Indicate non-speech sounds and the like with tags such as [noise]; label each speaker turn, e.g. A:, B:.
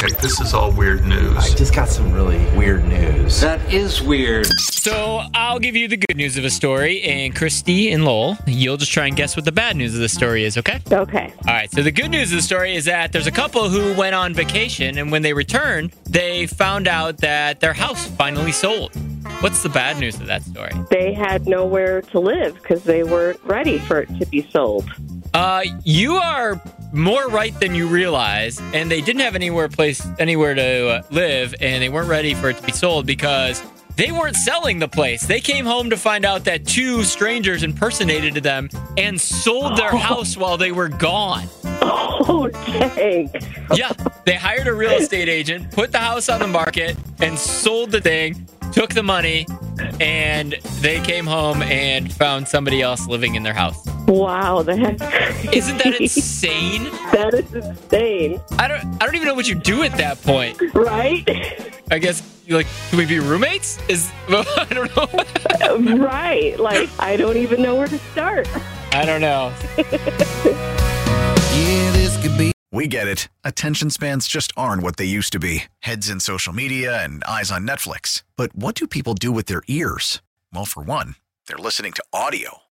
A: Nick, this is all weird
B: I
A: news.
B: just got some really weird news.
C: That is weird.
D: So I'll give you the good news of a story, and Christy and Lowell, you'll just try and guess what the bad news of the story is, okay?
E: Okay.
D: All right, so the good news of the story is that there's a couple who went on vacation, and when they returned, they found out that their house finally sold. What's the bad news of that story?
E: They had nowhere to live because they weren't ready for it to be sold. [laughs]
D: Uh, you are more right than you realize, and they didn't have anywhere place anywhere to uh, live, and they weren't ready for it to be sold because they weren't selling the place. They came home to find out that two strangers impersonated them and sold their house while they were gone.
E: Oh, dang.
D: Yeah, they hired a real estate agent, put the house on the market, and sold the thing. Took the money, and they came home and found somebody else living in their house.
E: Wow, that's
D: Isn't
E: [laughs]
D: that
E: crazy.
D: insane?
E: that is insane,
D: I don't I don't even know what you do at that point.
E: right? [laughs]
D: I guess like can we be roommates? Is [laughs] I don't know.
E: right. Like I don't even know where to start.
D: I don't know.
F: We get it. Attention spans just aren't what they used to be heads in social media and eyes on Netflix. But what do people do with their ears? Well, for one, they're listening to audio.